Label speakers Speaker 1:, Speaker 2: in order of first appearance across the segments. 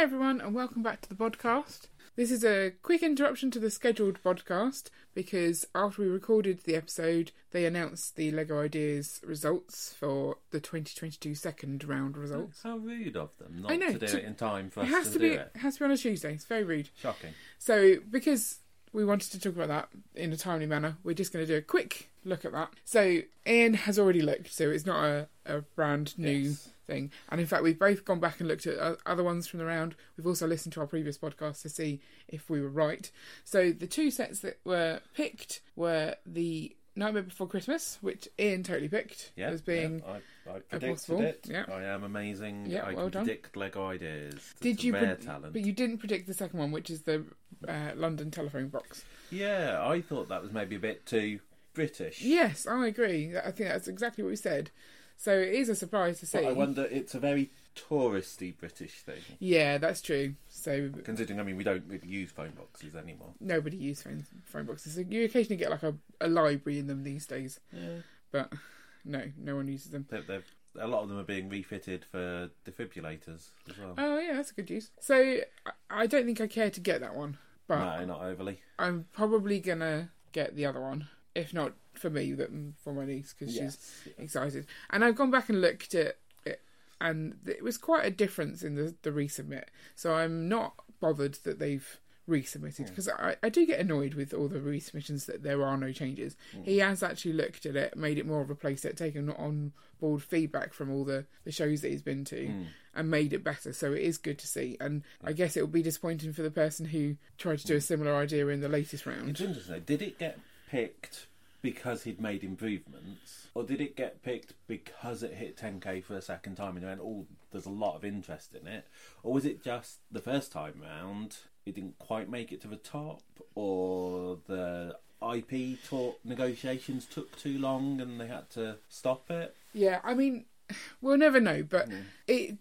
Speaker 1: everyone, and welcome back to the podcast. This is a quick interruption to the scheduled podcast because after we recorded the episode, they announced the Lego Ideas results for the 2022 second round results.
Speaker 2: How rude of them not
Speaker 1: I know,
Speaker 2: to do
Speaker 1: to-
Speaker 2: it in time for
Speaker 1: It
Speaker 2: us
Speaker 1: has to
Speaker 2: do
Speaker 1: be
Speaker 2: it.
Speaker 1: it has to be on a Tuesday. It's very rude.
Speaker 2: Shocking.
Speaker 1: So, because we wanted to talk about that in a timely manner, we're just going to do a quick look at that. So, Ian has already looked, so it's not a, a brand new
Speaker 2: Yes.
Speaker 1: thing. And in fact, we've both gone back and looked at o- other ones from the round. We've also listened to our previous podcast to see if we were right. So, the two sets that were picked were the Nightmare Before Christmas, which Ian totally picked
Speaker 2: Yeah.
Speaker 1: as being.
Speaker 2: yeah, I, I predicted
Speaker 1: possible,
Speaker 2: it.
Speaker 1: yeah.
Speaker 2: I am amazing.
Speaker 1: Yeah,
Speaker 2: I can
Speaker 1: well done.
Speaker 2: predict Lego ideas. It's
Speaker 1: Did
Speaker 2: a
Speaker 1: you?
Speaker 2: rare
Speaker 1: pred-
Speaker 2: talent?
Speaker 1: But you didn't predict the second one, which is the uh, London telephone box.
Speaker 2: Yeah, I thought that was maybe a bit too British.
Speaker 1: Yes, I agree. I think that's exactly what we said. So it is a surprise to see.
Speaker 2: But I wonder, it's a very touristy British thing.
Speaker 1: Yeah, that's true. So
Speaker 2: Considering, I mean, we don't really use phone boxes anymore.
Speaker 1: nobody uses phone, phone boxes. You occasionally get like a, a library in them these days,
Speaker 2: Yeah.
Speaker 1: but no, no one uses them.
Speaker 2: They're, they're, a lot of them are being refitted for defibrillators as well.
Speaker 1: Oh yeah, that's a good use. So I, I don't think I care to get that one, but
Speaker 2: no, not overly.
Speaker 1: I'm probably gonna get the other one, if not for me, then for my niece because she's excited. And I've gone back and looked at it, and it was quite a difference in the, the resubmit. So I'm not bothered that they've resubmitted because I, I do get annoyed with all the resubmissions that there are no changes. He has actually looked at it, made it more of a playset, taken on board feedback from all the, the shows that he's been to. And made it better, so it is good to see. And I guess it will be disappointing for the person who tried to do a similar idea in the latest
Speaker 2: It's
Speaker 1: round.
Speaker 2: interesting. though. Did it get picked because he'd made improvements, or did it get picked because it hit 10k for a second time and went, "Oh, there's a lot of interest in it," or was it just the first time round it didn't quite make it to the top, or the IP talk negotiations took too long and they had to stop it?
Speaker 1: Yeah, I mean, we'll never know, but it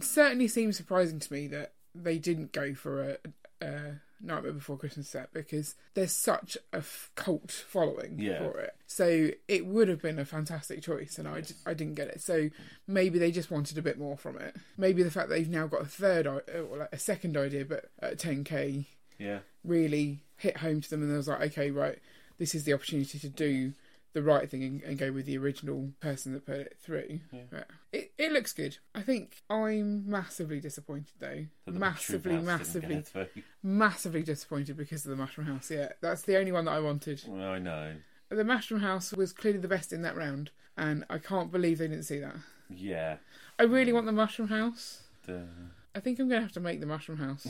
Speaker 1: certainly seems surprising to me that they didn't go for a, a Nightmare Before Christmas set because there's such a f- cult following
Speaker 2: Yeah.
Speaker 1: for it. So it would have been a fantastic choice, and I j- I didn't get it. So maybe they just wanted a bit more from it. Maybe the fact that they've now got a third, i- or like a second idea, but at 10k
Speaker 2: Yeah,
Speaker 1: really hit home to them, and they was like, okay, right, this is the opportunity to do the right thing and, and go with the original person that put it through. But It it looks good. I think I'm massively disappointed though,
Speaker 2: So the Mushroom
Speaker 1: massively,
Speaker 2: House didn't
Speaker 1: massively,
Speaker 2: get through.
Speaker 1: massively disappointed because of the Mushroom House. Yeah, that's the only one that I wanted.
Speaker 2: Well, I know.
Speaker 1: The Mushroom House was clearly the best in that round, and I can't believe they didn't see that.
Speaker 2: Yeah.
Speaker 1: I really want the Mushroom House.
Speaker 2: Duh.
Speaker 1: I think I'm going to have to make the mushroom house.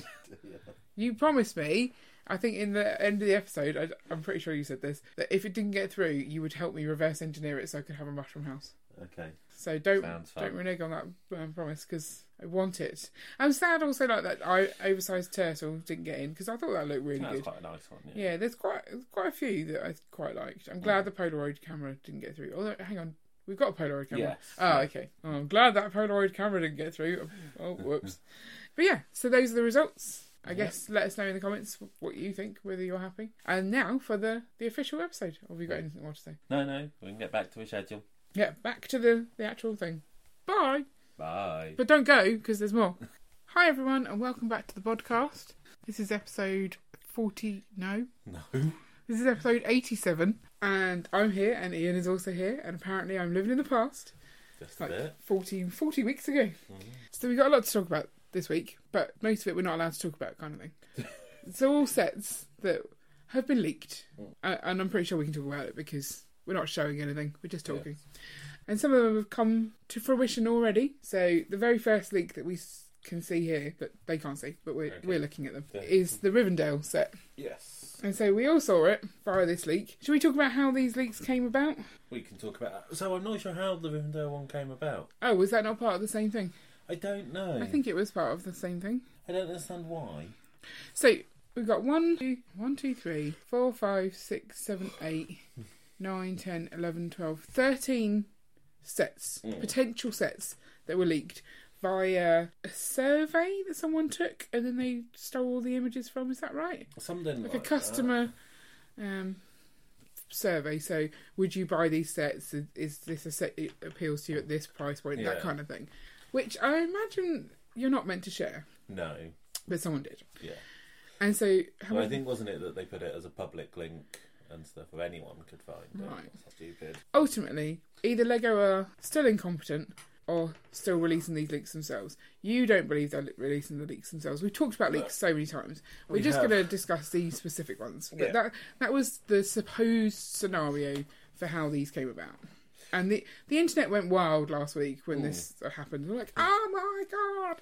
Speaker 1: You promised me. I think in the end of the episode, I, I'm pretty sure you said this that if it didn't get through, you would help me reverse engineer it so I could have a mushroom house.
Speaker 2: Okay.
Speaker 1: So don't
Speaker 2: Sounds fun.
Speaker 1: don't renege on that um, promise because I want it. I'm sad also like that I oversized turtle didn't get in because I thought that looked really
Speaker 2: That's
Speaker 1: good.
Speaker 2: quite a nice one. Yeah. Mm.
Speaker 1: Yeah, there's quite quite a few that I quite liked. I'm glad the Polaroid camera didn't get through. Although, hang on, we've got a Polaroid camera.
Speaker 2: Yes.
Speaker 1: Oh, okay. Oh, I'm glad that Polaroid camera didn't get through. Oh, whoops. but yeah, so those are the results. I guess let us know in the comments what you think, whether you're happy. And now for the the official episode. Have you got anything more to say?
Speaker 2: No, no. We can get back to a schedule.
Speaker 1: Yeah, back to the the actual thing. Bye.
Speaker 2: Bye.
Speaker 1: But don't go because there's more. Hi everyone, and welcome back to the podcast. This is episode forty. No,
Speaker 2: No.
Speaker 1: this is episode 87, and I'm here, and Ian is also here, and apparently I'm living in the past,
Speaker 2: Just a
Speaker 1: like
Speaker 2: bit.
Speaker 1: 14, 40 weeks ago.
Speaker 2: Mm-hmm.
Speaker 1: So we've got a lot to talk about this week, but most of it we're not allowed to talk about, kind of thing. so all sets that have been leaked,
Speaker 2: Mm.
Speaker 1: uh, and I'm pretty sure we can talk about it because we're not showing anything, we're just talking. And some of them have come to fruition already. So the very first leak that we s- can see here, that they can't see, but we're,
Speaker 2: Okay.
Speaker 1: we're looking at them,
Speaker 2: Yeah.
Speaker 1: is the Rivendell set.
Speaker 2: Yes.
Speaker 1: And so we all saw it via this leak. Should we talk about how these leaks came about?
Speaker 2: We can talk about that. So I'm not sure how the Rivendell one came about.
Speaker 1: Oh, was that not part of the same thing?
Speaker 2: I don't know.
Speaker 1: I think it was part of the same thing.
Speaker 2: I don't understand why.
Speaker 1: So we've got one, two, one, two, three, four, five, six, seven, eight, nine, 10, 11, 12, 13 sets,
Speaker 2: Mm.
Speaker 1: potential sets that were leaked via a survey that someone took and then they stole all the images from. Is that right?
Speaker 2: Something
Speaker 1: like,
Speaker 2: like,
Speaker 1: a customer um, survey. So, would you buy these sets? Is this a set that appeals to you at this price point?
Speaker 2: Yeah.
Speaker 1: That kind of thing. Which I imagine you're not meant to share,
Speaker 2: No.
Speaker 1: but someone did.
Speaker 2: Yeah.
Speaker 1: And so, how
Speaker 2: Well, I
Speaker 1: many,
Speaker 2: think wasn't it that they put it as a public link and stuff where anyone could find it?
Speaker 1: Right.
Speaker 2: Stupid.
Speaker 1: ultimately, either Lego are still incompetent or still releasing these leaks themselves. You don't believe they're li- releasing the leaks themselves. We've talked about leaks so many times. We're
Speaker 2: We
Speaker 1: just
Speaker 2: have.
Speaker 1: going to discuss these specific ones. But
Speaker 2: Yeah.
Speaker 1: that that was the supposed scenario for how these came about. And the the internet went wild last week
Speaker 2: Mm.
Speaker 1: when this uh, happened. They're like, oh my god!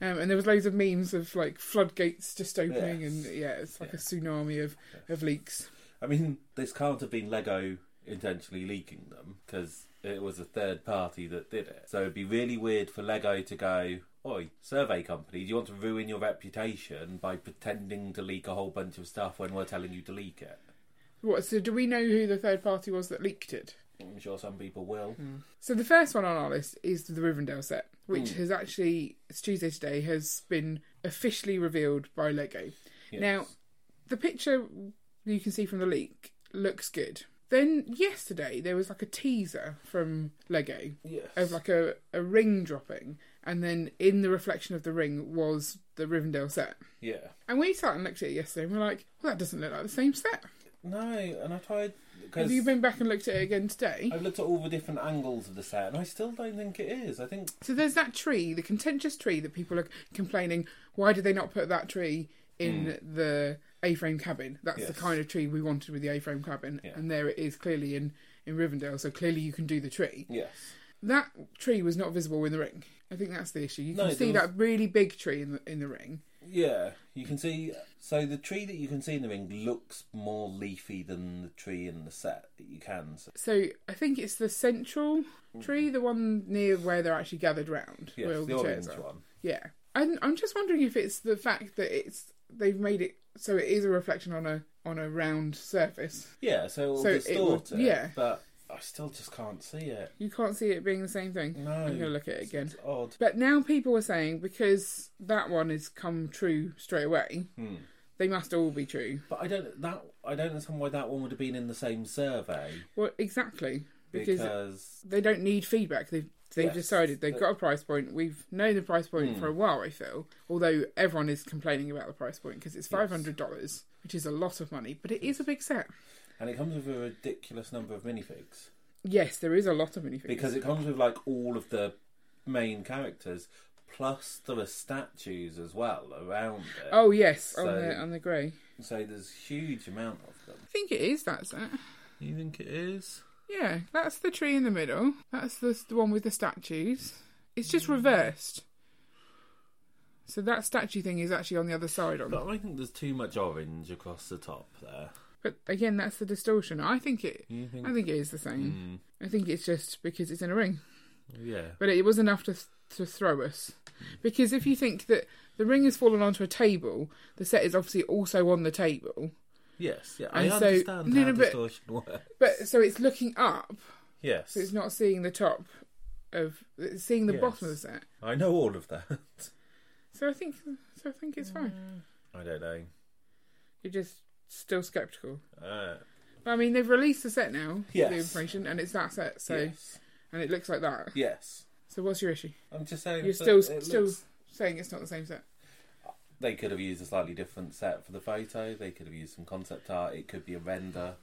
Speaker 1: Um, and there was loads of memes of like floodgates just opening, and yeah, it's like a tsunami of, of leaks.
Speaker 2: I mean, this can't have been Lego intentionally leaking them because it was a third party that did it. So it'd be really weird for Lego to go, Oi, survey company, do you want to ruin your reputation by pretending to leak a whole bunch of stuff when we're telling you to leak it?
Speaker 1: What? So do we know who the third party was that leaked it?
Speaker 2: I'm sure some people will.
Speaker 1: So the first one on our list is the Rivendell set, which has actually it's Tuesday today has been officially revealed by Lego. Now, the picture you can see from the leak looks good. Then yesterday there was like a teaser from Lego
Speaker 2: Yes.
Speaker 1: of like a, a ring dropping, and then in the reflection of the ring was the Rivendell set.
Speaker 2: Yeah.
Speaker 1: And we sat and looked at it yesterday, and we're like, "Well, that doesn't look like the same set."
Speaker 2: No, and I tried.
Speaker 1: Have
Speaker 2: Cause
Speaker 1: you been back and looked at it again today?
Speaker 2: I've looked at all the different angles of the set, and I still don't think it is. I think
Speaker 1: So there's that tree, the contentious tree that people are complaining, why did they not put that tree in the A-frame cabin? That's the
Speaker 2: Mm. Yes.
Speaker 1: kind of tree we wanted with the A-frame cabin,
Speaker 2: Yeah.
Speaker 1: and there it is clearly in in Rivendell. So clearly you can do the tree.
Speaker 2: yes,
Speaker 1: That tree was not visible in the ring. I think that's the issue. You
Speaker 2: No,
Speaker 1: can
Speaker 2: there
Speaker 1: see
Speaker 2: was-
Speaker 1: that really big tree in the in the ring.
Speaker 2: yeah. You can see. So the tree that you can see in the ring looks more leafy than the tree in the set that you can see.
Speaker 1: So I think it's the central tree, the one near where they're actually gathered round.
Speaker 2: Yes,
Speaker 1: where all
Speaker 2: the orange
Speaker 1: chairs are.
Speaker 2: one.
Speaker 1: Yeah, and I'm just wondering if it's the fact that it's they've made it so it is a reflection on a on a round surface.
Speaker 2: Yeah, so it'll
Speaker 1: So it
Speaker 2: distort
Speaker 1: will-
Speaker 2: it,
Speaker 1: yeah.
Speaker 2: But I still just can't see it.
Speaker 1: You can't see it being the same thing.
Speaker 2: No.
Speaker 1: I'm gonna look at it again.
Speaker 2: It's odd.
Speaker 1: But now people are saying because that one has come true straight away,
Speaker 2: Hmm.
Speaker 1: they must all be true.
Speaker 2: But I don't that I don't understand why that one would have been in the same survey
Speaker 1: Well, exactly because,
Speaker 2: because,
Speaker 1: they don't need feedback. They've they've
Speaker 2: Yes. Hmm.
Speaker 1: decided they've got a price point. We've known the price point for a while. I feel, although everyone is complaining about the price point because it's five hundred dollars, which is a lot of money, but it is a big set.
Speaker 2: and it comes with a ridiculous number of minifigs
Speaker 1: Yes, there is a lot of minifigs.
Speaker 2: because it comes with like all of the main characters plus there are statues as well around it.
Speaker 1: oh yes, on
Speaker 2: So-
Speaker 1: the on the grey.
Speaker 2: So there's a huge amount of them.
Speaker 1: I think it is that set.
Speaker 2: You think it is?
Speaker 1: Yeah, that's the tree in the middle. That's the, the one with the statues. It's
Speaker 2: Hmm.
Speaker 1: just reversed. So that statue thing is actually on the other side on.
Speaker 2: But I think there's too much orange across the top there.
Speaker 1: But again, that's the distortion. I think it.
Speaker 2: think- Mm,
Speaker 1: I think it is the same.
Speaker 2: Hmm.
Speaker 1: I think it's just because it's in a ring.
Speaker 2: Yeah.
Speaker 1: But it was enough to to throw us. Because if you think that the ring has fallen onto a table, the set is obviously also on the table.
Speaker 2: Yes. Yeah. I
Speaker 1: And so-
Speaker 2: understand
Speaker 1: no,
Speaker 2: how
Speaker 1: no, but-
Speaker 2: distortion works.
Speaker 1: But so it's looking up,
Speaker 2: Yes.
Speaker 1: So it's not seeing the top of it's seeing the
Speaker 2: Yes.
Speaker 1: bottom of the set.
Speaker 2: I know all of that.
Speaker 1: So I think so I think it's fine.
Speaker 2: I don't know.
Speaker 1: You're just still skeptical.
Speaker 2: Uh,
Speaker 1: I mean, they've released the set now,
Speaker 2: Yes.
Speaker 1: the information, and it's that set. So
Speaker 2: yes.
Speaker 1: and it looks like that.
Speaker 2: Yes.
Speaker 1: So what's your issue?
Speaker 2: I'm just saying.
Speaker 1: You're
Speaker 2: that
Speaker 1: still
Speaker 2: it
Speaker 1: still
Speaker 2: looks-
Speaker 1: saying it's not the same set.
Speaker 2: They could have used a slightly different set for the photo. They could have used some concept art. It could be a render.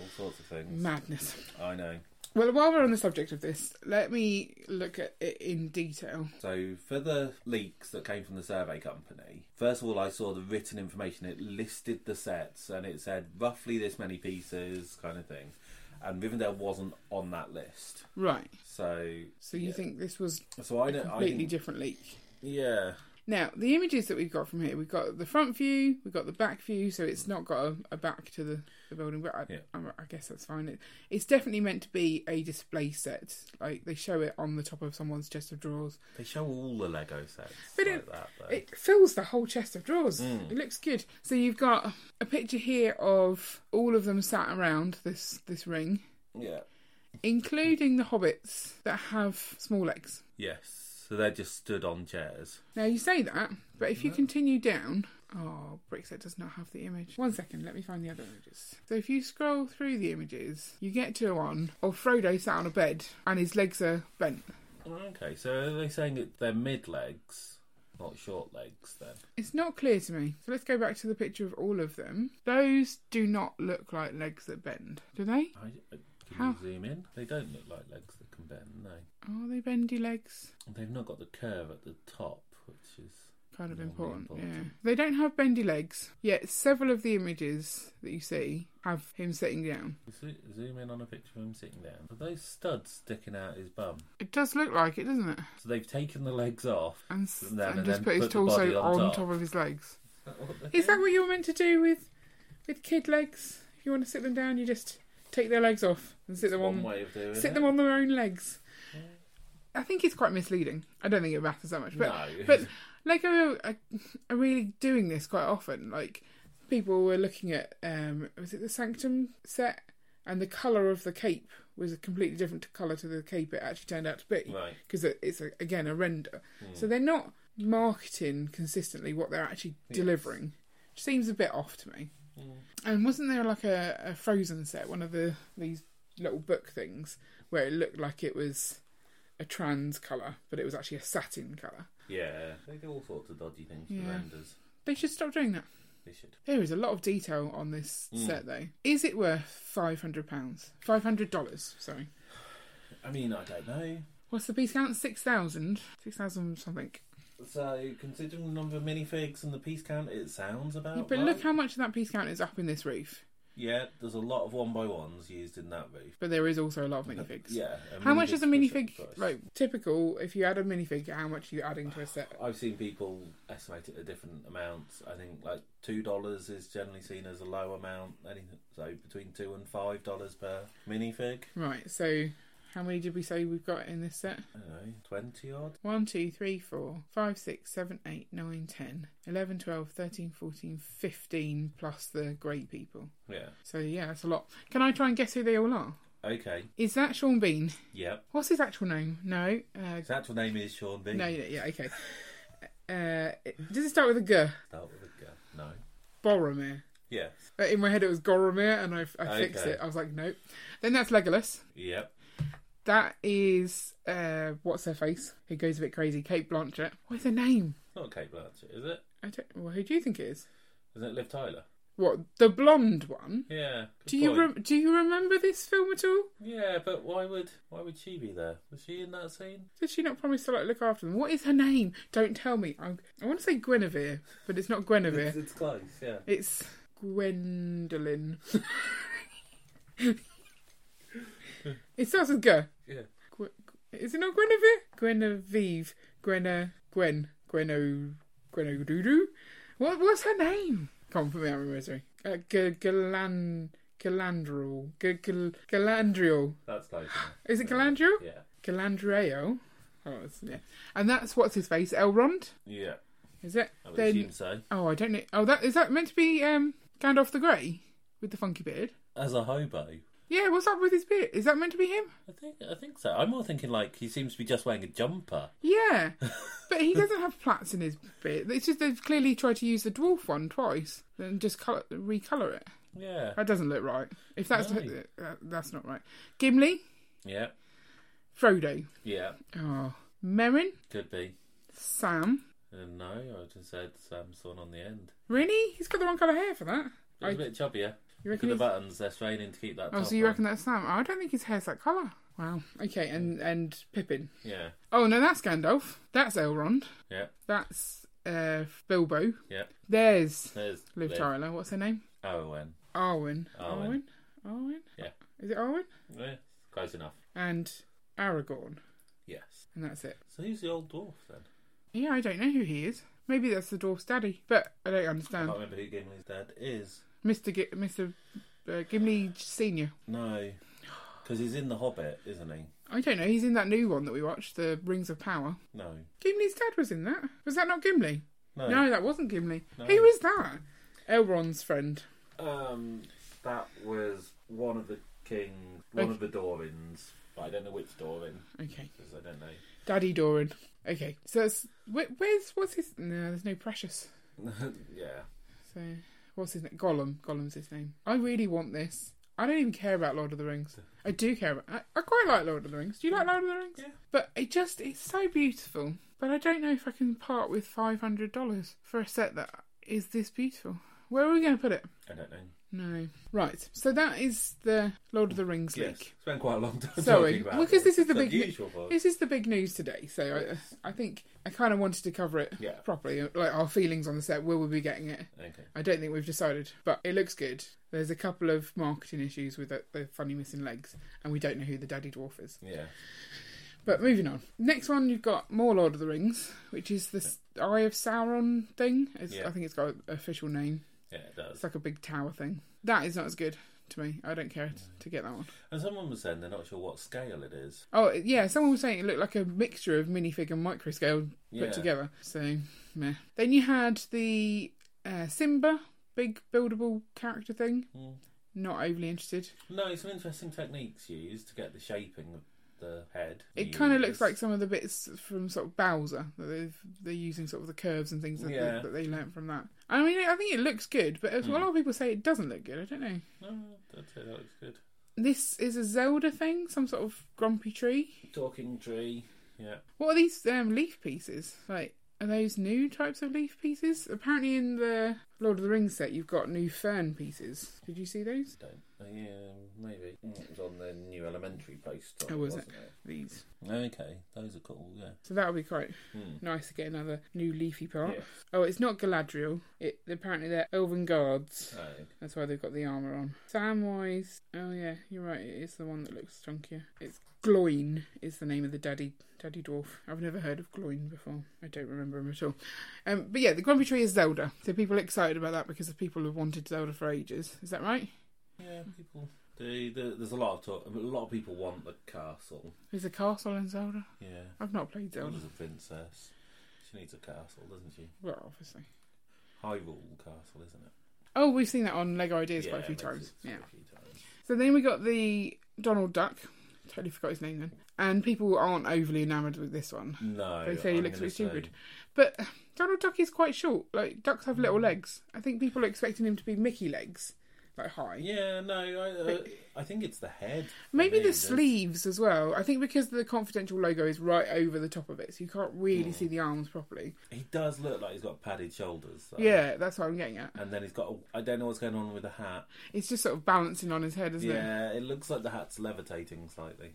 Speaker 2: All sorts of things.
Speaker 1: Madness.
Speaker 2: I know.
Speaker 1: Well, while we're on the subject of this, let me look at it in detail.
Speaker 2: So for the leaks that came from the survey company, first of all, I saw the written information. It listed the sets and it said roughly this many pieces, kind of thing. And Rivendell wasn't on that list.
Speaker 1: Right.
Speaker 2: So,
Speaker 1: So you
Speaker 2: Yeah.
Speaker 1: think this was
Speaker 2: so I don't. I
Speaker 1: completely
Speaker 2: think,
Speaker 1: different leak?
Speaker 2: yeah,
Speaker 1: Now, the images that we've got from here, we've got the front view, we've got the back view, so it's not got a, a back to the, the building, but I,
Speaker 2: Yeah.
Speaker 1: I, I guess that's fine. It, it's definitely meant to be a display set. Like, they show it on the top of someone's chest of drawers.
Speaker 2: they show all the Lego sets
Speaker 1: But
Speaker 2: like
Speaker 1: it-
Speaker 2: that. Though.
Speaker 1: It fills the whole chest of drawers. It looks good. So you've got a picture here of all of them sat around this, this ring,
Speaker 2: yeah.
Speaker 1: including the hobbits that have small legs.
Speaker 2: Yes. So they just stood on chairs.
Speaker 1: Now, you say that, but if you continue down. Oh, Brickset does not have the image. One second, let me find the other images. So, if you scroll through the images, you get to one of Frodo sat on a bed and his legs are bent.
Speaker 2: Okay, so are they saying that they're mid legs, not short legs then?
Speaker 1: It's not clear to me. So let's go back to the picture of all of them. Those do not look like legs that bend, do they?
Speaker 2: I, I- can
Speaker 1: How-
Speaker 2: you zoom in? They don't look like legs that can bend, no.
Speaker 1: Are they bendy legs?
Speaker 2: They've not got the curve at the top, which is.
Speaker 1: Kind of
Speaker 2: Normally
Speaker 1: important, yeah.
Speaker 2: important.
Speaker 1: They don't have bendy legs, yet several of the images that you see have him sitting down.
Speaker 2: Zo- Zoom in on a picture of him sitting down. Are those studs sticking out his bum?
Speaker 1: It does look like it, doesn't it?
Speaker 2: So they've taken the legs off.
Speaker 1: And, s-
Speaker 2: And then-
Speaker 1: and
Speaker 2: and
Speaker 1: just
Speaker 2: then
Speaker 1: put his
Speaker 2: put the body
Speaker 1: torso
Speaker 2: on
Speaker 1: on top.
Speaker 2: top.
Speaker 1: of his legs.
Speaker 2: Is that what they're
Speaker 1: Is that
Speaker 2: doing?
Speaker 1: what you were meant to do with with kid legs? If you want to sit them down, you just take their legs off and sit them
Speaker 2: One
Speaker 1: on
Speaker 2: way of doing
Speaker 1: sit
Speaker 2: it.
Speaker 1: them on their own legs. I think it's quite misleading. I don't think it matters that much, but
Speaker 2: no.
Speaker 1: but Lego are, are really doing this quite often. Like people were looking at um, was it the Sanctum set, and the color of the cape was a completely different color to the cape it actually turned out to be
Speaker 2: right. Hmm.
Speaker 1: because it's a, again a render. So they're not marketing consistently what they're actually
Speaker 2: Yes.
Speaker 1: delivering, which seems a bit off to me.
Speaker 2: Hmm.
Speaker 1: And wasn't there like a, a Frozen set, one of the these little book things where it looked like it was a trans color, but it was actually a satin color?
Speaker 2: Yeah. They do all sorts of dodgy things
Speaker 1: Yeah.
Speaker 2: for renders.
Speaker 1: They should stop doing that.
Speaker 2: They should.
Speaker 1: There is a lot of detail on this
Speaker 2: Mm.
Speaker 1: set, though. Is it worth five hundred pounds? Five hundred dollars. Sorry.
Speaker 2: I mean, I don't know.
Speaker 1: What's the piece count? Six thousand. Six thousand something.
Speaker 2: So, considering the number of minifigs and the piece count, it sounds about.
Speaker 1: Yeah, but
Speaker 2: right.
Speaker 1: look how much of that piece count is up in this roof.
Speaker 2: Yeah, there's a lot of one by ones used in that roof.
Speaker 1: But there is also a lot of minifigs.
Speaker 2: Yeah. a
Speaker 1: How much is a
Speaker 2: minifig's pushing
Speaker 1: minifig?
Speaker 2: price.
Speaker 1: Like typical, if you add a minifig, how much are you adding to a set?
Speaker 2: I've seen people estimate it at different amounts. I think like two dollars is generally seen as a low amount. Anything so between two and five dollars per minifig.
Speaker 1: Right. So, how many did we say we've got in this set?
Speaker 2: I don't know, twenty odd.
Speaker 1: One, two, three, four, five, six, seven, eight, nine, ten, eleven, twelve, thirteen, fourteen, fifteen. Plus the grey people.
Speaker 2: Yeah.
Speaker 1: So yeah, that's a lot. Can I try and guess who they all are?
Speaker 2: Okay.
Speaker 1: Is that Sean Bean?
Speaker 2: Yep.
Speaker 1: What's his actual name? No. Uh,
Speaker 2: His actual name is Sean Bean.
Speaker 1: no. Yeah. yeah, Okay. Uh, it- does it start with a G?
Speaker 2: Start with a G. No.
Speaker 1: Boromir.
Speaker 2: Yes.
Speaker 1: Uh, In my head, it was Goromir, and I, I fixed
Speaker 2: Okay.
Speaker 1: it. I was like, nope. Then that's Legolas.
Speaker 2: Yep.
Speaker 1: That is uh, what's her face? Who goes a bit crazy? Kate Blanchett. What's her name?
Speaker 2: It's not Kate Blanchett, is it?
Speaker 1: I don't. Well, who do you think it is?
Speaker 2: Isn't it Liv Tyler?
Speaker 1: What the blonde one?
Speaker 2: Yeah. good
Speaker 1: Do you
Speaker 2: point.
Speaker 1: rem do you remember this film at all?
Speaker 2: Yeah, but why would why would she be there? Was she in that scene?
Speaker 1: Did she not promise to like look after them? What is her name? Don't tell me. i I want to say Guinevere, but it's not Guinevere.
Speaker 2: It's close. Yeah.
Speaker 1: It's Gwendolyn. it starts with G.
Speaker 2: Yeah.
Speaker 1: Gw- Is it not Guinevere? Guinevere. Gwena. Gwen. Gweno. Gweno Doodoo. What, what's her name? Come for me, I'm remembering. Uh, G- Galan. Galandriel. G- Gal- Galandriel.
Speaker 2: That's close. enough.
Speaker 1: Is it Galandriel?
Speaker 2: Yeah.
Speaker 1: Galandreo. Oh, it's- yeah. And that's what's his face? Elrond?
Speaker 2: Yeah.
Speaker 1: Is it?
Speaker 2: I would
Speaker 1: Then.
Speaker 2: assume so.
Speaker 1: Oh, I don't know. Oh, that is that meant to be um, Gandalf the Grey with the funky beard?
Speaker 2: As a hobo.
Speaker 1: Yeah, what's up with his beard? Is that meant to be him?
Speaker 2: I think I think so. I'm more thinking like he seems to be just wearing a jumper.
Speaker 1: Yeah, but he doesn't have plaits in his bit. It's just they've clearly tried to use the dwarf one twice and just colour, recolor it.
Speaker 2: Yeah.
Speaker 1: That doesn't look right. If that's
Speaker 2: No.
Speaker 1: that, that's not right. Gimli,
Speaker 2: Yeah.
Speaker 1: Frodo,
Speaker 2: Yeah.
Speaker 1: oh Merrin,
Speaker 2: Could be.
Speaker 1: Sam,
Speaker 2: Uh, no, I just said Sam's the one on the end.
Speaker 1: Really? He's got the wrong colour hair for that.
Speaker 2: It was a bit chubbier.
Speaker 1: You
Speaker 2: Look at
Speaker 1: reckon?
Speaker 2: the
Speaker 1: he's-
Speaker 2: buttons. They're straining to keep that.
Speaker 1: Oh,
Speaker 2: top
Speaker 1: so you
Speaker 2: on.
Speaker 1: reckon that's Sam? I don't think his hair's that colour. Wow. Okay, and and Pippin.
Speaker 2: Yeah.
Speaker 1: Oh no, that's Gandalf. That's Elrond.
Speaker 2: Yeah.
Speaker 1: That's uh, Bilbo.
Speaker 2: Yeah.
Speaker 1: There's
Speaker 2: There's
Speaker 1: Liv Tyler. What's her name?
Speaker 2: Owen.
Speaker 1: Arwen. Arwen.
Speaker 2: Arwen.
Speaker 1: Arwen.
Speaker 2: Yeah.
Speaker 1: Is it Arwen?
Speaker 2: Yeah. Close enough.
Speaker 1: And Aragorn.
Speaker 2: Yes.
Speaker 1: And that's it.
Speaker 2: So who's the old dwarf then?
Speaker 1: Yeah, I don't know who he is. Maybe that's the dwarf's daddy, but I don't
Speaker 2: I
Speaker 1: understand.
Speaker 2: can't remember who Gimli's dad is.
Speaker 1: Mister G- Mister uh, Gimli Senior.
Speaker 2: No. Because he's in The Hobbit, isn't he?
Speaker 1: I don't know. He's in that new one that we watched, The Rings of Power.
Speaker 2: No.
Speaker 1: Gimli's dad was in that. Was that not Gimli?
Speaker 2: No.
Speaker 1: No, that wasn't Gimli.
Speaker 2: No.
Speaker 1: Who was that? Elrond's friend.
Speaker 2: Um, that was one of the kings, one
Speaker 1: Okay.
Speaker 2: of the Dorins. But I don't know which Dorin
Speaker 1: Okay.
Speaker 2: because I don't know.
Speaker 1: Daddy Doran. Okay, so that's, where, where's what's his? No, there's no Precious.
Speaker 2: yeah.
Speaker 1: So what's his name? Gollum. Gollum's his name. I really want this. I don't even care about Lord of the Rings. I do care about. I, I quite like Lord of the Rings. Do you like Lord of the Rings?
Speaker 2: Yeah.
Speaker 1: But it just it's so beautiful. But I don't know if I can part with five hundred dollars for a set that is this beautiful. Where are we going to put it?
Speaker 2: I don't know.
Speaker 1: No. Right. So that is the Lord of the Rings leak.
Speaker 2: Yes. Spent quite a long time
Speaker 1: Sorry,
Speaker 2: talking about
Speaker 1: because this is the big
Speaker 2: usual for us.
Speaker 1: This is the big news today, so I, I think I kind of wanted to cover it
Speaker 2: Yeah.
Speaker 1: properly, like our feelings on the set. Will we be getting it?
Speaker 2: Okay.
Speaker 1: I don't think we've decided, but it looks good. There's a couple of marketing issues with the, the funny missing legs, and we don't know who the daddy dwarf is.
Speaker 2: Yeah.
Speaker 1: But moving on. Next one, you've got more Lord of the Rings, which is the S- Eye of Sauron thing. It's,
Speaker 2: Yeah.
Speaker 1: I think it's got an official name.
Speaker 2: Yeah, it does.
Speaker 1: It's like a big tower thing. That is not as good to me. I don't care t- to get that one.
Speaker 2: And someone was saying they're not sure what scale it is.
Speaker 1: Oh, yeah, someone was saying it looked like a mixture of minifig and microscale put
Speaker 2: Yeah.
Speaker 1: together. So, meh. Then you had the uh, Simba, big buildable character thing.
Speaker 2: Mm.
Speaker 1: Not overly interested.
Speaker 2: No, some interesting techniques used to get the shaping of the head.
Speaker 1: It kind of
Speaker 2: used.
Speaker 1: looks like some of the bits from sort of Bowser that they've, they're using, sort of the curves and things that,
Speaker 2: Yeah. Hmm.
Speaker 1: they, that they learnt from that. I mean, I think it looks good, but as, a lot of people say it doesn't look good. I don't know.
Speaker 2: No, I'd say that looks good.
Speaker 1: This is a Zelda thing, some sort of grumpy tree.
Speaker 2: Talking tree. Yeah.
Speaker 1: What are these um, leaf pieces? Like, are those new types of leaf pieces? Apparently, in the Lord of the Rings set, you've got new fern pieces. Did you see those?
Speaker 2: Don't. uh, yeah, maybe. Mm, It was on the new elementary post.
Speaker 1: Oh, was it?
Speaker 2: wasn't
Speaker 1: These.
Speaker 2: it? Okay, those are cool. Yeah.
Speaker 1: So that'll be quite
Speaker 2: Hmm.
Speaker 1: nice to get another new leafy part.
Speaker 2: Yeah.
Speaker 1: Oh, it's not Galadriel. It apparently they're elven guards.
Speaker 2: Oh, okay.
Speaker 1: That's why they've got the armor on. Samwise. Oh yeah, you're right. It is the one that looks chunkier. It's Gloin is the name of the daddy daddy dwarf. I've never heard of Gloin before. I don't remember him at all. Um, but yeah, the Grumpy Tree is Zelda. So people are excited about that because the people have wanted Zelda for ages. Is that right?
Speaker 2: Yeah, people. The, the, there's a lot of talk. A lot of people want the castle.
Speaker 1: There's a castle in Zelda.
Speaker 2: Yeah.
Speaker 1: I've not played Zelda.
Speaker 2: Zelda's a princess. She needs a castle, doesn't she?
Speaker 1: Well, obviously.
Speaker 2: Hyrule Castle, isn't it?
Speaker 1: Oh, we've seen that on Lego Ideas
Speaker 2: Yeah,
Speaker 1: quite a few
Speaker 2: that's
Speaker 1: times.
Speaker 2: it,
Speaker 1: Yeah.
Speaker 2: A few times.
Speaker 1: So then we got the Donald Duck. Totally forgot his name then. And people aren't overly enamoured with this one.
Speaker 2: No.
Speaker 1: They say he
Speaker 2: I'm
Speaker 1: looks a
Speaker 2: gonna
Speaker 1: bit stupid.
Speaker 2: say-
Speaker 1: But Donald Duck is quite short. Like, ducks have little legs. I think people are expecting him to be Mickey legs, like high.
Speaker 2: Yeah, no, I, uh, I think it's the head. for
Speaker 1: Maybe
Speaker 2: me,
Speaker 1: the
Speaker 2: that-
Speaker 1: sleeves as well. I think because the confidential logo is right over the top of it, so you can't
Speaker 2: Hmm.
Speaker 1: really see the arms properly.
Speaker 2: He does look like he's got padded shoulders. though.
Speaker 1: Yeah, that's what I'm getting at.
Speaker 2: And then he's got. A, I don't know what's going on with the hat.
Speaker 1: It's just sort of balancing on his head, isn't it?
Speaker 2: Yeah, it looks like the hat's levitating slightly.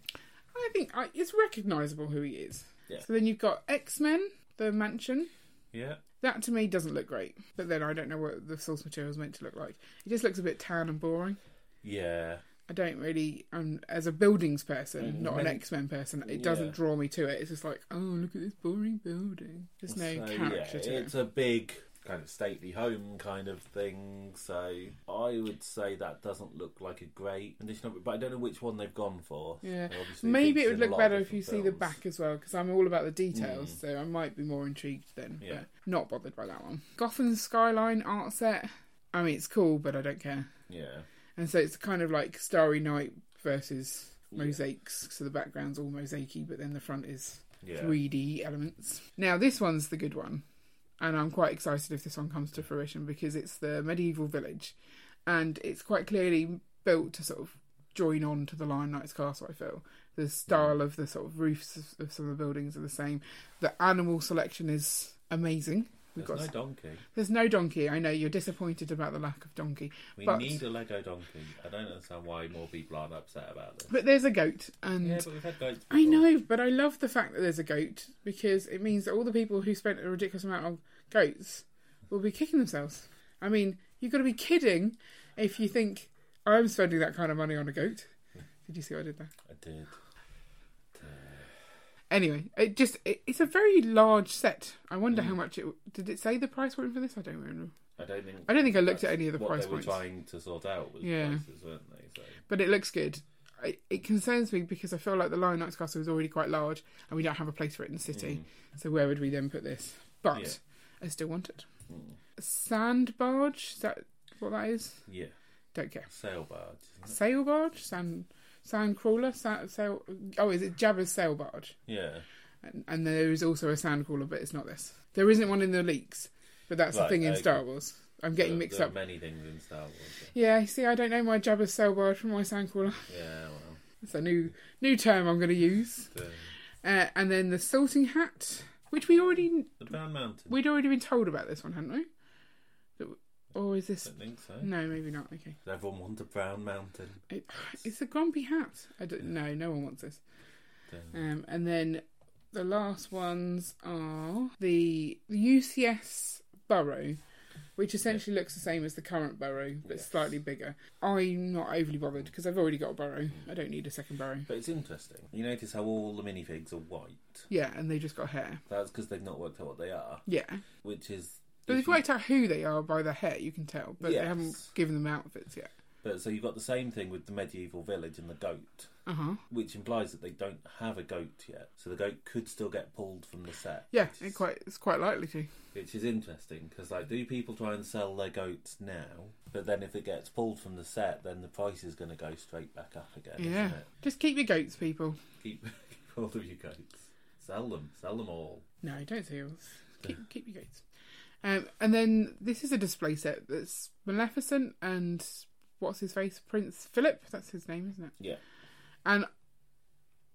Speaker 1: I think I, it's recognisable who he is.
Speaker 2: Yeah.
Speaker 1: So then you've got X Men, the mansion.
Speaker 2: Yeah.
Speaker 1: That to me doesn't look great, but then I don't know what the source material is meant to look like. It just looks a bit tan and boring.
Speaker 2: Yeah.
Speaker 1: I don't really, um, as a buildings person,
Speaker 2: Mm,
Speaker 1: not an
Speaker 2: maybe-
Speaker 1: X Men person, it
Speaker 2: Yeah.
Speaker 1: doesn't draw me to it. It's just like, oh, look at this boring building. There's no
Speaker 2: So,
Speaker 1: character
Speaker 2: yeah,
Speaker 1: to it.
Speaker 2: It's a big kind of stately home kind of thing. So I would say that doesn't look like a great condition of it, but I don't know which one they've gone for.
Speaker 1: Yeah.
Speaker 2: They obviously
Speaker 1: Maybe it
Speaker 2: featured
Speaker 1: would
Speaker 2: a
Speaker 1: look
Speaker 2: lot
Speaker 1: better
Speaker 2: of
Speaker 1: if you see
Speaker 2: different
Speaker 1: the
Speaker 2: films.
Speaker 1: back as well, because I'm all about the details,
Speaker 2: Mm.
Speaker 1: so I might be more intrigued then.
Speaker 2: Yeah.
Speaker 1: But not bothered by that one. Gotham Skyline art set. I mean, it's cool, but I don't care.
Speaker 2: Yeah.
Speaker 1: And so it's kind of like Starry Night versus
Speaker 2: Yeah.
Speaker 1: mosaics. So the background's all mosaicy, but then the front is
Speaker 2: Yeah.
Speaker 1: 3D elements. Now, this one's the good one, and I'm quite excited if this one comes to fruition because it's the medieval village, and it's quite clearly built to sort of join on to the Lion Knight's castle. I feel the style of the sort of roofs of- of some of the buildings are the same. The animal selection is amazing. We've
Speaker 2: There's
Speaker 1: got
Speaker 2: no donkey.
Speaker 1: there's no donkey. I know you're disappointed about the lack of donkey,
Speaker 2: We
Speaker 1: but
Speaker 2: need a Lego donkey. I don't understand why more people aren't upset about this.
Speaker 1: but there's a goat and.
Speaker 2: Yeah, but we've had goats.
Speaker 1: I
Speaker 2: before.
Speaker 1: know, but I love the fact that there's a goat because it means that all the people who spent a ridiculous amount on goats will be kicking themselves. I mean, you've got to be kidding if you think I'm spending that kind of money on a goat. Did you see what I did there?
Speaker 2: I did.
Speaker 1: Anyway, it just it, it's a very large set. I wonder
Speaker 2: Mm.
Speaker 1: how much it did. It say the price point for this? I don't remember.
Speaker 2: I don't think.
Speaker 1: I don't think I looked
Speaker 2: that's
Speaker 1: at any of the
Speaker 2: what
Speaker 1: price
Speaker 2: they were
Speaker 1: points.
Speaker 2: trying to sort out was
Speaker 1: Yeah.
Speaker 2: prices, weren't they? So
Speaker 1: but it looks good. I, it concerns me because I feel like the Lion Knight's castle is already quite large, and we don't have a place for it in the city. So where would we then put this? But
Speaker 2: Mm. Yeah. Mm.
Speaker 1: I still want it. Sand barge? Is that what that is?
Speaker 2: yeah,
Speaker 1: Don't care.
Speaker 2: sail barge. isn't it?
Speaker 1: Sail barge? Sand sand crawler? Sand, sail? Oh, is it Jabba's sail barge?
Speaker 2: Yeah,
Speaker 1: And, and there is also a sand crawler, but it's not this. There isn't one in the leaks, but that's the
Speaker 2: Right,
Speaker 1: thing in
Speaker 2: okay.
Speaker 1: Star Wars. I'm getting
Speaker 2: There-
Speaker 1: mixed
Speaker 2: there are
Speaker 1: up.
Speaker 2: many things in Star Wars. but-
Speaker 1: Yeah, you see, I don't know my Jabba cell word from my Soundcaller.
Speaker 2: Yeah, well,
Speaker 1: It's a new new term I'm going to use.
Speaker 2: the,
Speaker 1: Uh, and then the salting hat, which we already
Speaker 2: the Brown Mountain.
Speaker 1: we'd already been told about this one, hadn't we? That- Or is
Speaker 2: I
Speaker 1: this?
Speaker 2: don't think so.
Speaker 1: No, maybe not. Okay,
Speaker 2: Does everyone want a Brown Mountain?
Speaker 1: it, it's a grumpy hat. I don't, no, no one wants this.
Speaker 2: Don't-
Speaker 1: Um, and then the last ones are the UCS Burrow, which essentially looks the same as the current Burrow but
Speaker 2: Yes.
Speaker 1: slightly bigger. I'm not overly bothered because I've already got a Burrow. I don't need a second Burrow.
Speaker 2: But it's interesting. You notice how all the minifigs are white.
Speaker 1: Yeah, and they just got hair.
Speaker 2: That's because they've not worked out what they are,
Speaker 1: Yeah.
Speaker 2: which is.
Speaker 1: But
Speaker 2: if
Speaker 1: they've
Speaker 2: you-
Speaker 1: worked out who they are by their hair, you can tell. But they haven't
Speaker 2: Yes.
Speaker 1: given them outfits yet.
Speaker 2: But so you've got the same thing with the medieval village and the goat,
Speaker 1: Uh huh.
Speaker 2: which implies that they don't have a goat yet. So the goat could still get pulled from the set.
Speaker 1: Yeah,
Speaker 2: which
Speaker 1: it
Speaker 2: is-
Speaker 1: quite it's quite likely to.
Speaker 2: Which is interesting because, like, do people try and sell their goats now? But then if it gets pulled from the set, then the price is going to go straight back up again,
Speaker 1: Yeah.
Speaker 2: isn't it?
Speaker 1: Just keep your goats, people.
Speaker 2: Keep, keep hold of your goats. Sell them. Sell them all.
Speaker 1: No, don't say yours. Keep, keep your goats. Um, and then this is a display set that's Maleficent and what's his face? Prince Philip. That's his name, isn't it?
Speaker 2: Yeah.
Speaker 1: And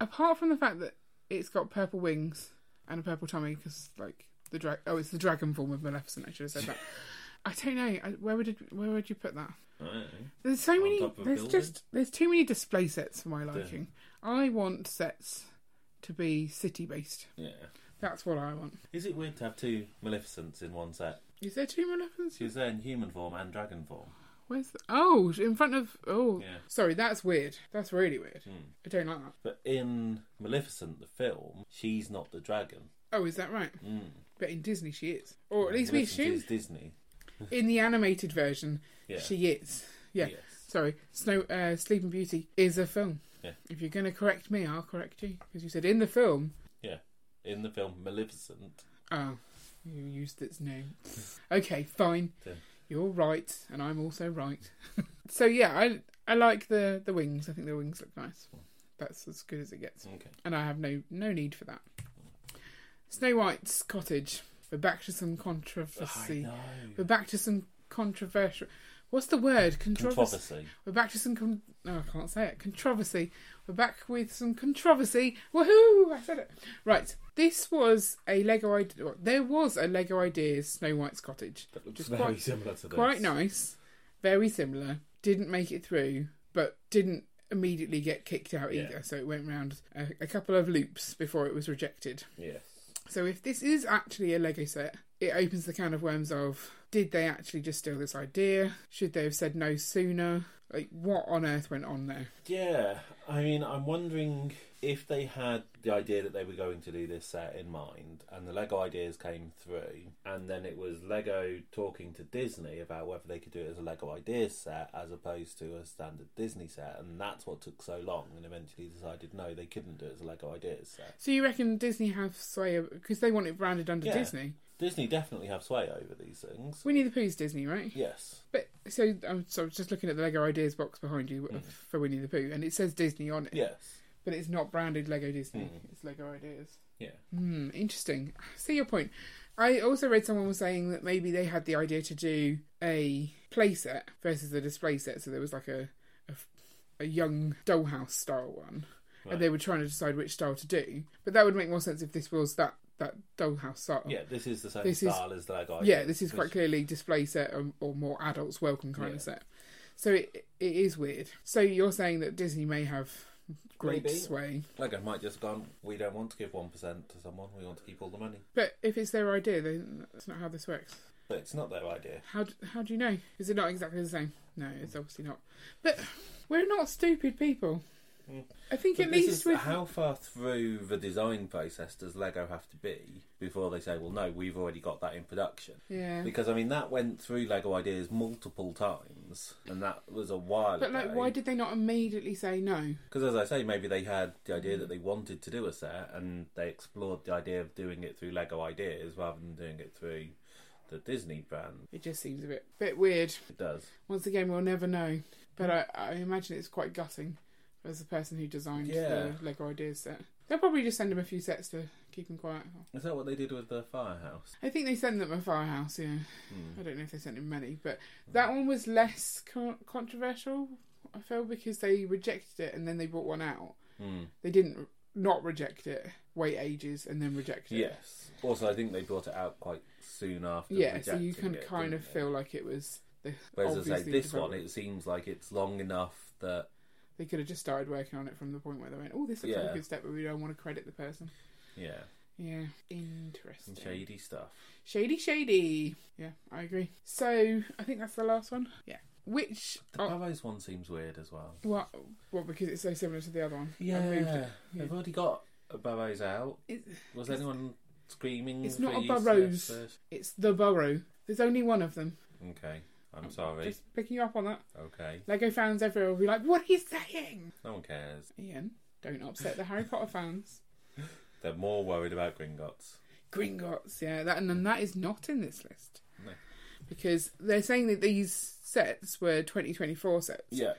Speaker 1: apart from the fact that it's got purple wings and a purple tummy, because like the drag oh, it's the dragon form of Maleficent. I should have said that. I don't know. I, where would it, where would you put that?
Speaker 2: I don't know.
Speaker 1: There's so
Speaker 2: On
Speaker 1: many.
Speaker 2: top of a
Speaker 1: There's
Speaker 2: building?
Speaker 1: just there's too many display sets for my liking. I want sets to be city based.
Speaker 2: Yeah.
Speaker 1: That's what I want.
Speaker 2: Is it weird to have two Maleficents in one set?
Speaker 1: Is there two Maleficents?
Speaker 2: She was there in human form and dragon form.
Speaker 1: Where's the, oh in front of oh
Speaker 2: Yeah.
Speaker 1: sorry that's weird. That's really weird.
Speaker 2: Hmm.
Speaker 1: I don't like that.
Speaker 2: But in Maleficent, the film, she's not the dragon.
Speaker 1: Oh, is that right?
Speaker 2: Mm.
Speaker 1: But in Disney she is, or at least we
Speaker 2: Maleficent
Speaker 1: assume
Speaker 2: is Disney.
Speaker 1: in the animated version
Speaker 2: Yeah.
Speaker 1: she is. Yeah.
Speaker 2: Yes.
Speaker 1: Sorry, Snow uh, Sleeping Beauty is a film.
Speaker 2: Yeah.
Speaker 1: If you're going to correct me, I'll correct you because you said in the film.
Speaker 2: Yeah. In the film Maleficent,
Speaker 1: Oh, you used its name. Okay, fine.
Speaker 2: Yeah.
Speaker 1: You're right, and I'm also right. so yeah, I I like the the wings. I think the wings look nice. That's as good as it gets,
Speaker 2: okay,
Speaker 1: and I have no no need for that. Snow White's cottage. We're back to some controversy.
Speaker 2: I
Speaker 1: We're
Speaker 2: know.
Speaker 1: back to some controversial. What's the word? Controversy.
Speaker 2: Controversy.
Speaker 1: We're back to some. Con- no, I can't say it. Controversy. We're back with some controversy. Woohoo! I said it. Right. This was a Lego idea. well, There was a Lego Ideas Snow White's Cottage.
Speaker 2: That
Speaker 1: Just
Speaker 2: looks very
Speaker 1: quite-
Speaker 2: similar to this.
Speaker 1: Quite nice. Very similar. Didn't make it through, but didn't immediately get kicked out
Speaker 2: Yeah.
Speaker 1: either. So it went round a, a couple of loops before it was rejected.
Speaker 2: Yes.
Speaker 1: So if this is actually a Lego set, it opens the can of worms of did they actually just steal this idea? Should they have said no sooner? Like what on earth went on there?
Speaker 2: Yeah, I mean, I'm wondering if they had the idea that they were going to do this set in mind, and the Lego ideas came through, and then it was Lego talking to Disney about whether they could do it as a Lego ideas set as opposed to a standard Disney set, and that's what took so long, and eventually decided no, they couldn't do it as a Lego ideas set.
Speaker 1: So you reckon Disney have sway because they want it branded under
Speaker 2: Yeah.
Speaker 1: Disney?
Speaker 2: Disney definitely have sway over these things.
Speaker 1: Winnie the Pooh's Disney, right?
Speaker 2: Yes.
Speaker 1: But so I'm so I was just looking at the Lego Ideas box behind you
Speaker 2: Mm-hmm.
Speaker 1: for Winnie the Pooh, and it says Disney on it,
Speaker 2: Yes.
Speaker 1: but it's not branded Lego Disney.
Speaker 2: Mm-hmm.
Speaker 1: It's Lego Ideas.
Speaker 2: Yeah.
Speaker 1: Hmm, interesting. I see your point. I also read someone was saying that maybe they had the idea to do a playset versus a display set, so there was like a a, a young dollhouse style one,
Speaker 2: Right.
Speaker 1: and they were trying to decide which style to do. But that would make more sense if this was that that dollhouse style.
Speaker 2: Yeah, this is the same
Speaker 1: This is-
Speaker 2: style as the Lego
Speaker 1: Yeah,
Speaker 2: ideas,
Speaker 1: this is
Speaker 2: which-
Speaker 1: quite clearly display set or, or more adults welcome kind
Speaker 2: Yeah.
Speaker 1: of set. So it it is weird. So you're saying that Disney may have great
Speaker 2: Maybe.
Speaker 1: sway,
Speaker 2: Lego might just gone, we don't want to give 1% to someone, we want to keep all the money.
Speaker 1: but if it's their idea, then that's not how this works.
Speaker 2: But it's not their idea.
Speaker 1: How do, how do you know? Is it not exactly the same? No, it's obviously not. But we're not stupid people. I think
Speaker 2: Hmm. But
Speaker 1: at
Speaker 2: this
Speaker 1: least
Speaker 2: is-
Speaker 1: with
Speaker 2: how far through the design process does Lego have to be before they say, well, no, we've already got that in production?
Speaker 1: yeah.
Speaker 2: Because, I mean, that went through Lego Ideas multiple times, and that was a while
Speaker 1: But like, why did they not immediately say no?
Speaker 2: Because, as I say, maybe they had the idea that they wanted to do a set, and they explored the idea of doing it through Lego Ideas rather than doing it through the Disney brand.
Speaker 1: It just seems a bit bit weird.
Speaker 2: It does.
Speaker 1: Once again, we'll never know. But I, I imagine it's quite gutting as the person who designed
Speaker 2: Yeah.
Speaker 1: the Lego Ideas set. They'll probably just send him a few sets to keep him quiet.
Speaker 2: Is that what they did with the firehouse?
Speaker 1: I think they send them a firehouse. Yeah,
Speaker 2: Hmm.
Speaker 1: I don't know if they sent him many, but that one was less con- controversial. I feel because they rejected it and then they brought one out.
Speaker 2: Hmm.
Speaker 1: They didn't not reject it, wait ages and then reject it.
Speaker 2: Yes. Also, I think they brought it out quite soon after.
Speaker 1: yeah. So you
Speaker 2: rejecting
Speaker 1: can
Speaker 2: it,
Speaker 1: kind of
Speaker 2: didn't they?
Speaker 1: feel like it was the
Speaker 2: Whereas I
Speaker 1: obvious
Speaker 2: say
Speaker 1: thing
Speaker 2: this
Speaker 1: to vote
Speaker 2: one,
Speaker 1: with.
Speaker 2: it seems like it's long enough that
Speaker 1: they could have just started working on it from the point where they went, "Oh, this looks like
Speaker 2: Yeah.
Speaker 1: a good step," but we don't want to credit the person.
Speaker 2: yeah,
Speaker 1: Yeah, interesting.
Speaker 2: some shady stuff.
Speaker 1: Shady, shady. Yeah, I agree. So I think that's the last one. Yeah. Which?
Speaker 2: The
Speaker 1: Oh,
Speaker 2: Barrows one seems weird as well.
Speaker 1: what? What? Because it's so similar to the other one. I
Speaker 2: Yeah,
Speaker 1: moved it.
Speaker 2: they've already got a Barrows out.
Speaker 1: It-
Speaker 2: Was
Speaker 1: it's-
Speaker 2: anyone screaming?
Speaker 1: it's
Speaker 2: for
Speaker 1: not a
Speaker 2: UCS
Speaker 1: Barrows.
Speaker 2: first?
Speaker 1: It's the borough. There's only one of them.
Speaker 2: Okay, I'm sorry.
Speaker 1: Just picking you up on that.
Speaker 2: Okay,
Speaker 1: Lego fans everywhere will be like, "What are you saying?"
Speaker 2: no one cares.
Speaker 1: Ian, don't upset the Harry Potter fans.
Speaker 2: They're more worried about Gringotts.
Speaker 1: Gringotts, yeah, that and, and that is not in this list
Speaker 2: No.
Speaker 1: because they're saying that these sets were 2024 sets.
Speaker 2: Yeah.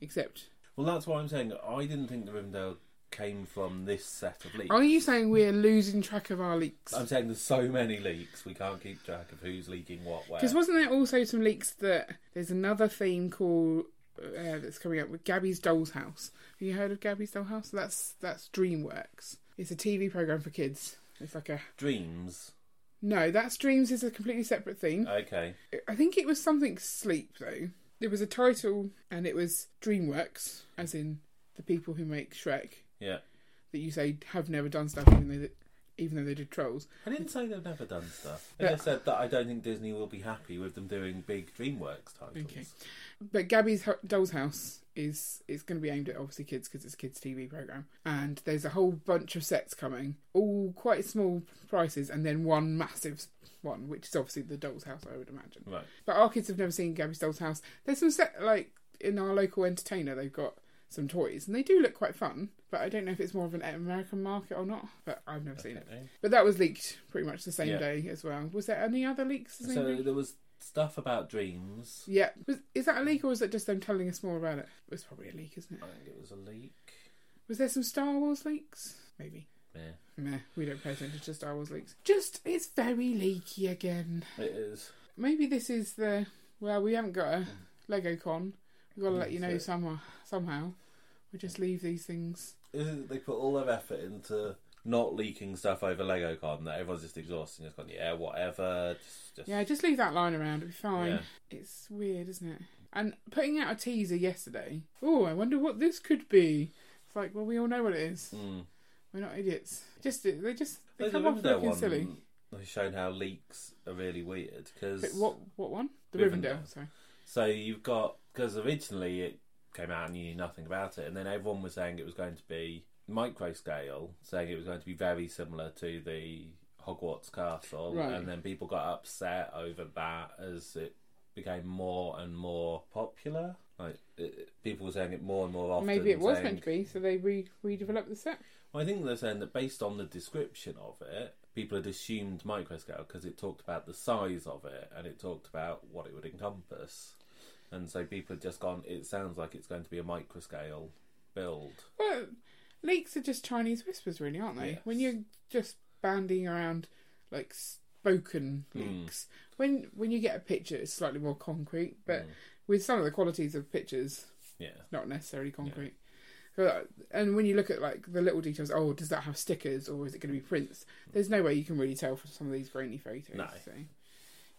Speaker 1: Except,
Speaker 2: Well, that's why I'm saying I didn't think the Rivendell came from this set of leaks.
Speaker 1: are you saying we're losing track of our leaks?
Speaker 2: I'm saying there's so many leaks, we can't keep track of who's leaking what where.
Speaker 1: Because wasn't there also some leaks that there's another theme called uh, that's coming up with Gabby's Doll's House? Have you heard of Gabby's Doll's House? That's that's DreamWorks. It's a TV program for kids. It's like a
Speaker 2: Dreams.
Speaker 1: no, that's Dreams is a completely separate thing.
Speaker 2: Okay.
Speaker 1: I think it was something sleep though. There was a title and it was DreamWorks, as in the people who make Shrek
Speaker 2: Yeah.
Speaker 1: that you say have never done stuff, even though that, even though they did Trolls.
Speaker 2: I didn't say they've never done stuff. I
Speaker 1: Yeah.
Speaker 2: just said that I don't think Disney will be happy with them doing big DreamWorks titles.
Speaker 1: Okay. But Gabby's Ho- Doll's House is is going to be aimed at obviously kids because it's a kids TV program, and there's a whole bunch of sets coming, all quite small prices, and then one massive one, which is obviously the Doll's House, I would imagine.
Speaker 2: Right.
Speaker 1: But our kids have never seen Gabby's Doll's House. There's some set like in our local entertainer, they've got some toys, and they do look quite fun. But I don't know if it's more of an American market or not. But I've never seen it.
Speaker 2: Okay.
Speaker 1: But that was leaked pretty much the same
Speaker 2: Yeah.
Speaker 1: day as well. Was there any other leaks? the same day?
Speaker 2: So there was stuff about dreams.
Speaker 1: Yeah. Was, is that a leak or is that just them telling us more about it? It was probably a leak, isn't
Speaker 2: I
Speaker 1: it?
Speaker 2: think it was a leak.
Speaker 1: Was there some Star Wars leaks? Maybe.
Speaker 2: Yeah.
Speaker 1: Meh, we don't pay attention to Star Wars leaks. Just, it's very leaky again.
Speaker 2: It is.
Speaker 1: Maybe this is the, well, we haven't got a Lego con. We've got to let you know
Speaker 2: That's it.
Speaker 1: somehow. somehow. We just leave these things.
Speaker 2: Isn't it- They put all their effort into not leaking stuff over LegoCon that everyone's just exhausted and just gone, yeah, whatever. Just, just
Speaker 1: Yeah, just leave that line around. It'll be fine.
Speaker 2: Yeah.
Speaker 1: It's weird, isn't it? And putting out a teaser yesterday. Oh, I wonder what this could be. It's like, well, we all know what it is.
Speaker 2: Mm.
Speaker 1: We're not idiots. Just they just they
Speaker 2: There's
Speaker 1: come
Speaker 2: a
Speaker 1: off
Speaker 2: Rivendell
Speaker 1: looking
Speaker 2: one
Speaker 1: silly.
Speaker 2: that's shown how leaks are really weird because
Speaker 1: But what what one? The Rivendell.
Speaker 2: Rivendell.
Speaker 1: Sorry.
Speaker 2: so you've got because originally it came out and you knew nothing about it, and then everyone was saying it was going to be micro scale, saying it was going to be very similar to the Hogwarts castle,
Speaker 1: Right.
Speaker 2: and then people got upset over that as it became more and more popular. Like it, it- people were saying it more and more often.
Speaker 1: Maybe it was
Speaker 2: saying-
Speaker 1: meant to be. So they re redeveloped the set.
Speaker 2: well, I think they're saying that based on the description of it, people had assumed microscale because it talked about the size of it and it talked about what it would encompass. And so people had just gone, it sounds like it's going to be a microscale build.
Speaker 1: Well, leaks are just Chinese whispers, really, aren't they?
Speaker 2: Yes.
Speaker 1: When you're just bandying around like spoken
Speaker 2: Hmm.
Speaker 1: leaks. When when you get a picture, it's slightly more concrete. But
Speaker 2: Hmm.
Speaker 1: with some of the qualities of pictures,
Speaker 2: Yeah.
Speaker 1: not necessarily concrete. But- And when you look at like the little details, oh, does that have stickers or is it going to be prints? There's no way you can really tell from some of these grainy photos.
Speaker 2: No. Mm.
Speaker 1: So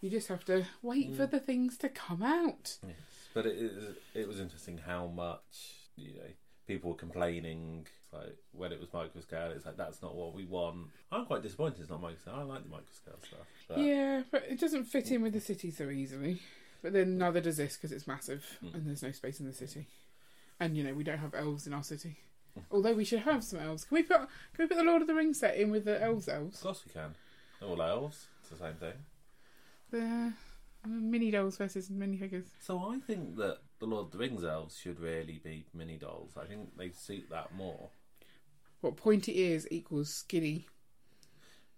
Speaker 1: you just have to wait for the things to come out.
Speaker 2: Yes. But it, is- it was interesting how much, you know, people were complaining. Like when it was microscale, it's like, that's not what we want. I'm quite disappointed it's not microscale. I like the microscale stuff. But
Speaker 1: Yeah, but it doesn't fit in with the city so easily. But then neither does this because it's massive
Speaker 2: Mm.
Speaker 1: and there's no space in the city. And you know we don't have elves in our city. Although we should have some elves. Can we put can we put the Lord of the Rings set in with the elves?
Speaker 2: Of
Speaker 1: Elves.
Speaker 2: course we can. They're all elves. It's the same thing.
Speaker 1: The mini dolls versus minifigures.
Speaker 2: So I think that the Lord of the Rings elves should really be mini dolls. I think they suit that more.
Speaker 1: What pointy ears equals skinny?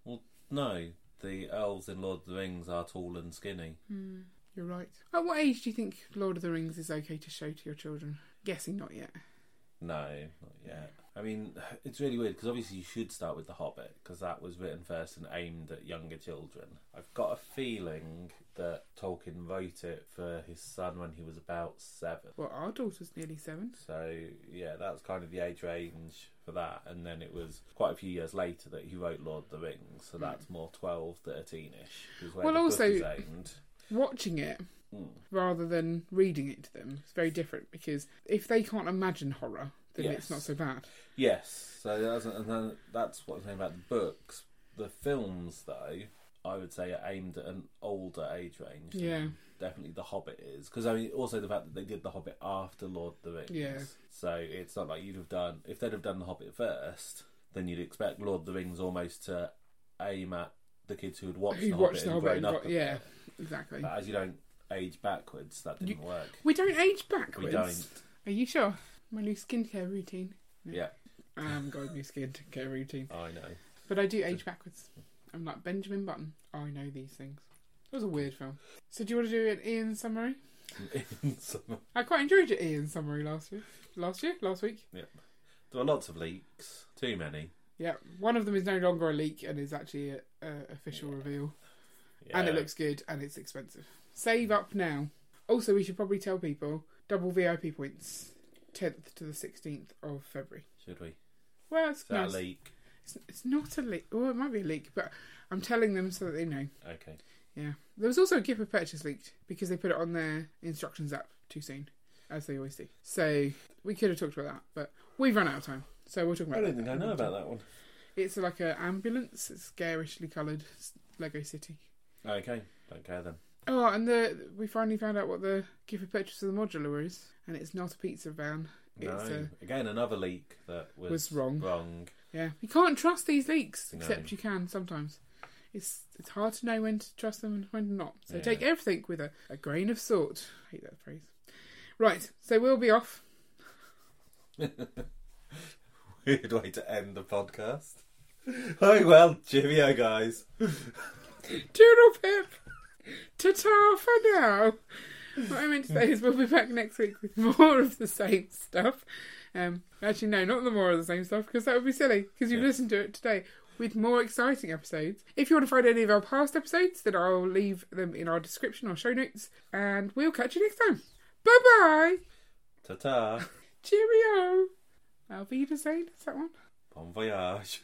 Speaker 2: Well, no, the elves in Lord of the Rings are tall and skinny.
Speaker 1: You're right. At what age do you think Lord of the Rings is okay to show to your children? Guessing not yet.
Speaker 2: No, not yet. I mean, it's really weird because obviously you should start with The Hobbit because that was written first and aimed at younger children. I've got a feeling that Tolkien wrote it for his son when he was about seven.
Speaker 1: Well, our daughter's nearly seven.
Speaker 2: So, yeah, that's kind of the age range for that. And then it was quite a few years later that he wrote Lord of the Rings. So that's more 12, 13 ish.
Speaker 1: Hmm. Well, also-
Speaker 2: Aimed. Hmm.
Speaker 1: Watching it rather than reading it to them is very different because if they can't imagine horror, then
Speaker 2: Yes.
Speaker 1: it's not so bad.
Speaker 2: Yes, so that's, and then that's what I'm saying about the books. The films, though, I would say are aimed at an older age range. than
Speaker 1: Yeah.
Speaker 2: Definitely The Hobbit is. Because, I mean, also the fact that they did The Hobbit after Lord of the Rings.
Speaker 1: Yeah.
Speaker 2: So it's not like you'd have done, if they'd have done The Hobbit first, then you'd expect Lord of the Rings almost to aim at the kids who had watched
Speaker 1: Who
Speaker 2: The
Speaker 1: watched
Speaker 2: Hobbit
Speaker 1: the
Speaker 2: and
Speaker 1: Hobbit
Speaker 2: grown
Speaker 1: and
Speaker 2: up.
Speaker 1: got,
Speaker 2: a
Speaker 1: yeah,
Speaker 2: bit.
Speaker 1: exactly.
Speaker 2: But as you don't age backwards, that didn't work.
Speaker 1: We don't age
Speaker 2: We
Speaker 1: backwards.
Speaker 2: don't.
Speaker 1: Are you sure? My new skincare routine.
Speaker 2: Yeah,
Speaker 1: I haven't got a new skincare routine,
Speaker 2: I know.
Speaker 1: but I do age backwards. I'm like Benjamin Button. I know these things. It was a weird film. So do you want to do an Ian summary?
Speaker 2: In some-
Speaker 1: I quite enjoyed your Ian summary last week. Last year, last week.
Speaker 2: there are lots of leaks, too many.
Speaker 1: Yeah, one of them is no longer a leak and is actually a, a official reveal, and it
Speaker 2: Yeah.
Speaker 1: looks good and it's expensive. Save up now. Also, we should probably tell people double VIP points, tenth to the sixteenth of February.
Speaker 2: Should we?
Speaker 1: Well, it's
Speaker 2: Is that
Speaker 1: nice.
Speaker 2: a leak?
Speaker 1: It's, it's not a leak. Oh, it might be a leak, but I'm telling them so that they know.
Speaker 2: Okay.
Speaker 1: Yeah. There was also a gift of purchase leaked because they put it on their instructions app too soon, as they always do. So we could have talked about that, but we've run out of time. So we'll talk about.
Speaker 2: I don't
Speaker 1: that
Speaker 2: think I
Speaker 1: another
Speaker 2: know
Speaker 1: time.
Speaker 2: about that one.
Speaker 1: It's like an ambulance. It's garishly coloured. It's Lego City.
Speaker 2: Okay. Don't care then.
Speaker 1: Oh, and the we finally found out what the gift of purchase of the modular is, and it's not a pizza van. It's
Speaker 2: No.
Speaker 1: a,
Speaker 2: Again, another leak that was,
Speaker 1: Was wrong.
Speaker 2: Wrong.
Speaker 1: yeah. You can't trust these leaks,
Speaker 2: No.
Speaker 1: except you can sometimes. It's it's hard to know when to trust them and when not. So
Speaker 2: Yeah.
Speaker 1: take everything with a, a grain of salt. I hate that phrase. Right, so we'll be off.
Speaker 2: Weird way to end the podcast. Oh well, cheerio, guys.
Speaker 1: Doodle pip. Ta-ta for now. What I meant to say is we'll be back next week with more of the same stuff. Um, actually, no, not the more of the same stuff because that would be silly because you've
Speaker 2: Yeah.
Speaker 1: listened to it today with more exciting episodes. If you want to find any of our past episodes, then I'll leave them in our description or show notes and we'll catch you next time. Bye-bye.
Speaker 2: Ta ta.
Speaker 1: Cheerio. Auf Wiedersehen. Is that one?
Speaker 2: Bon voyage.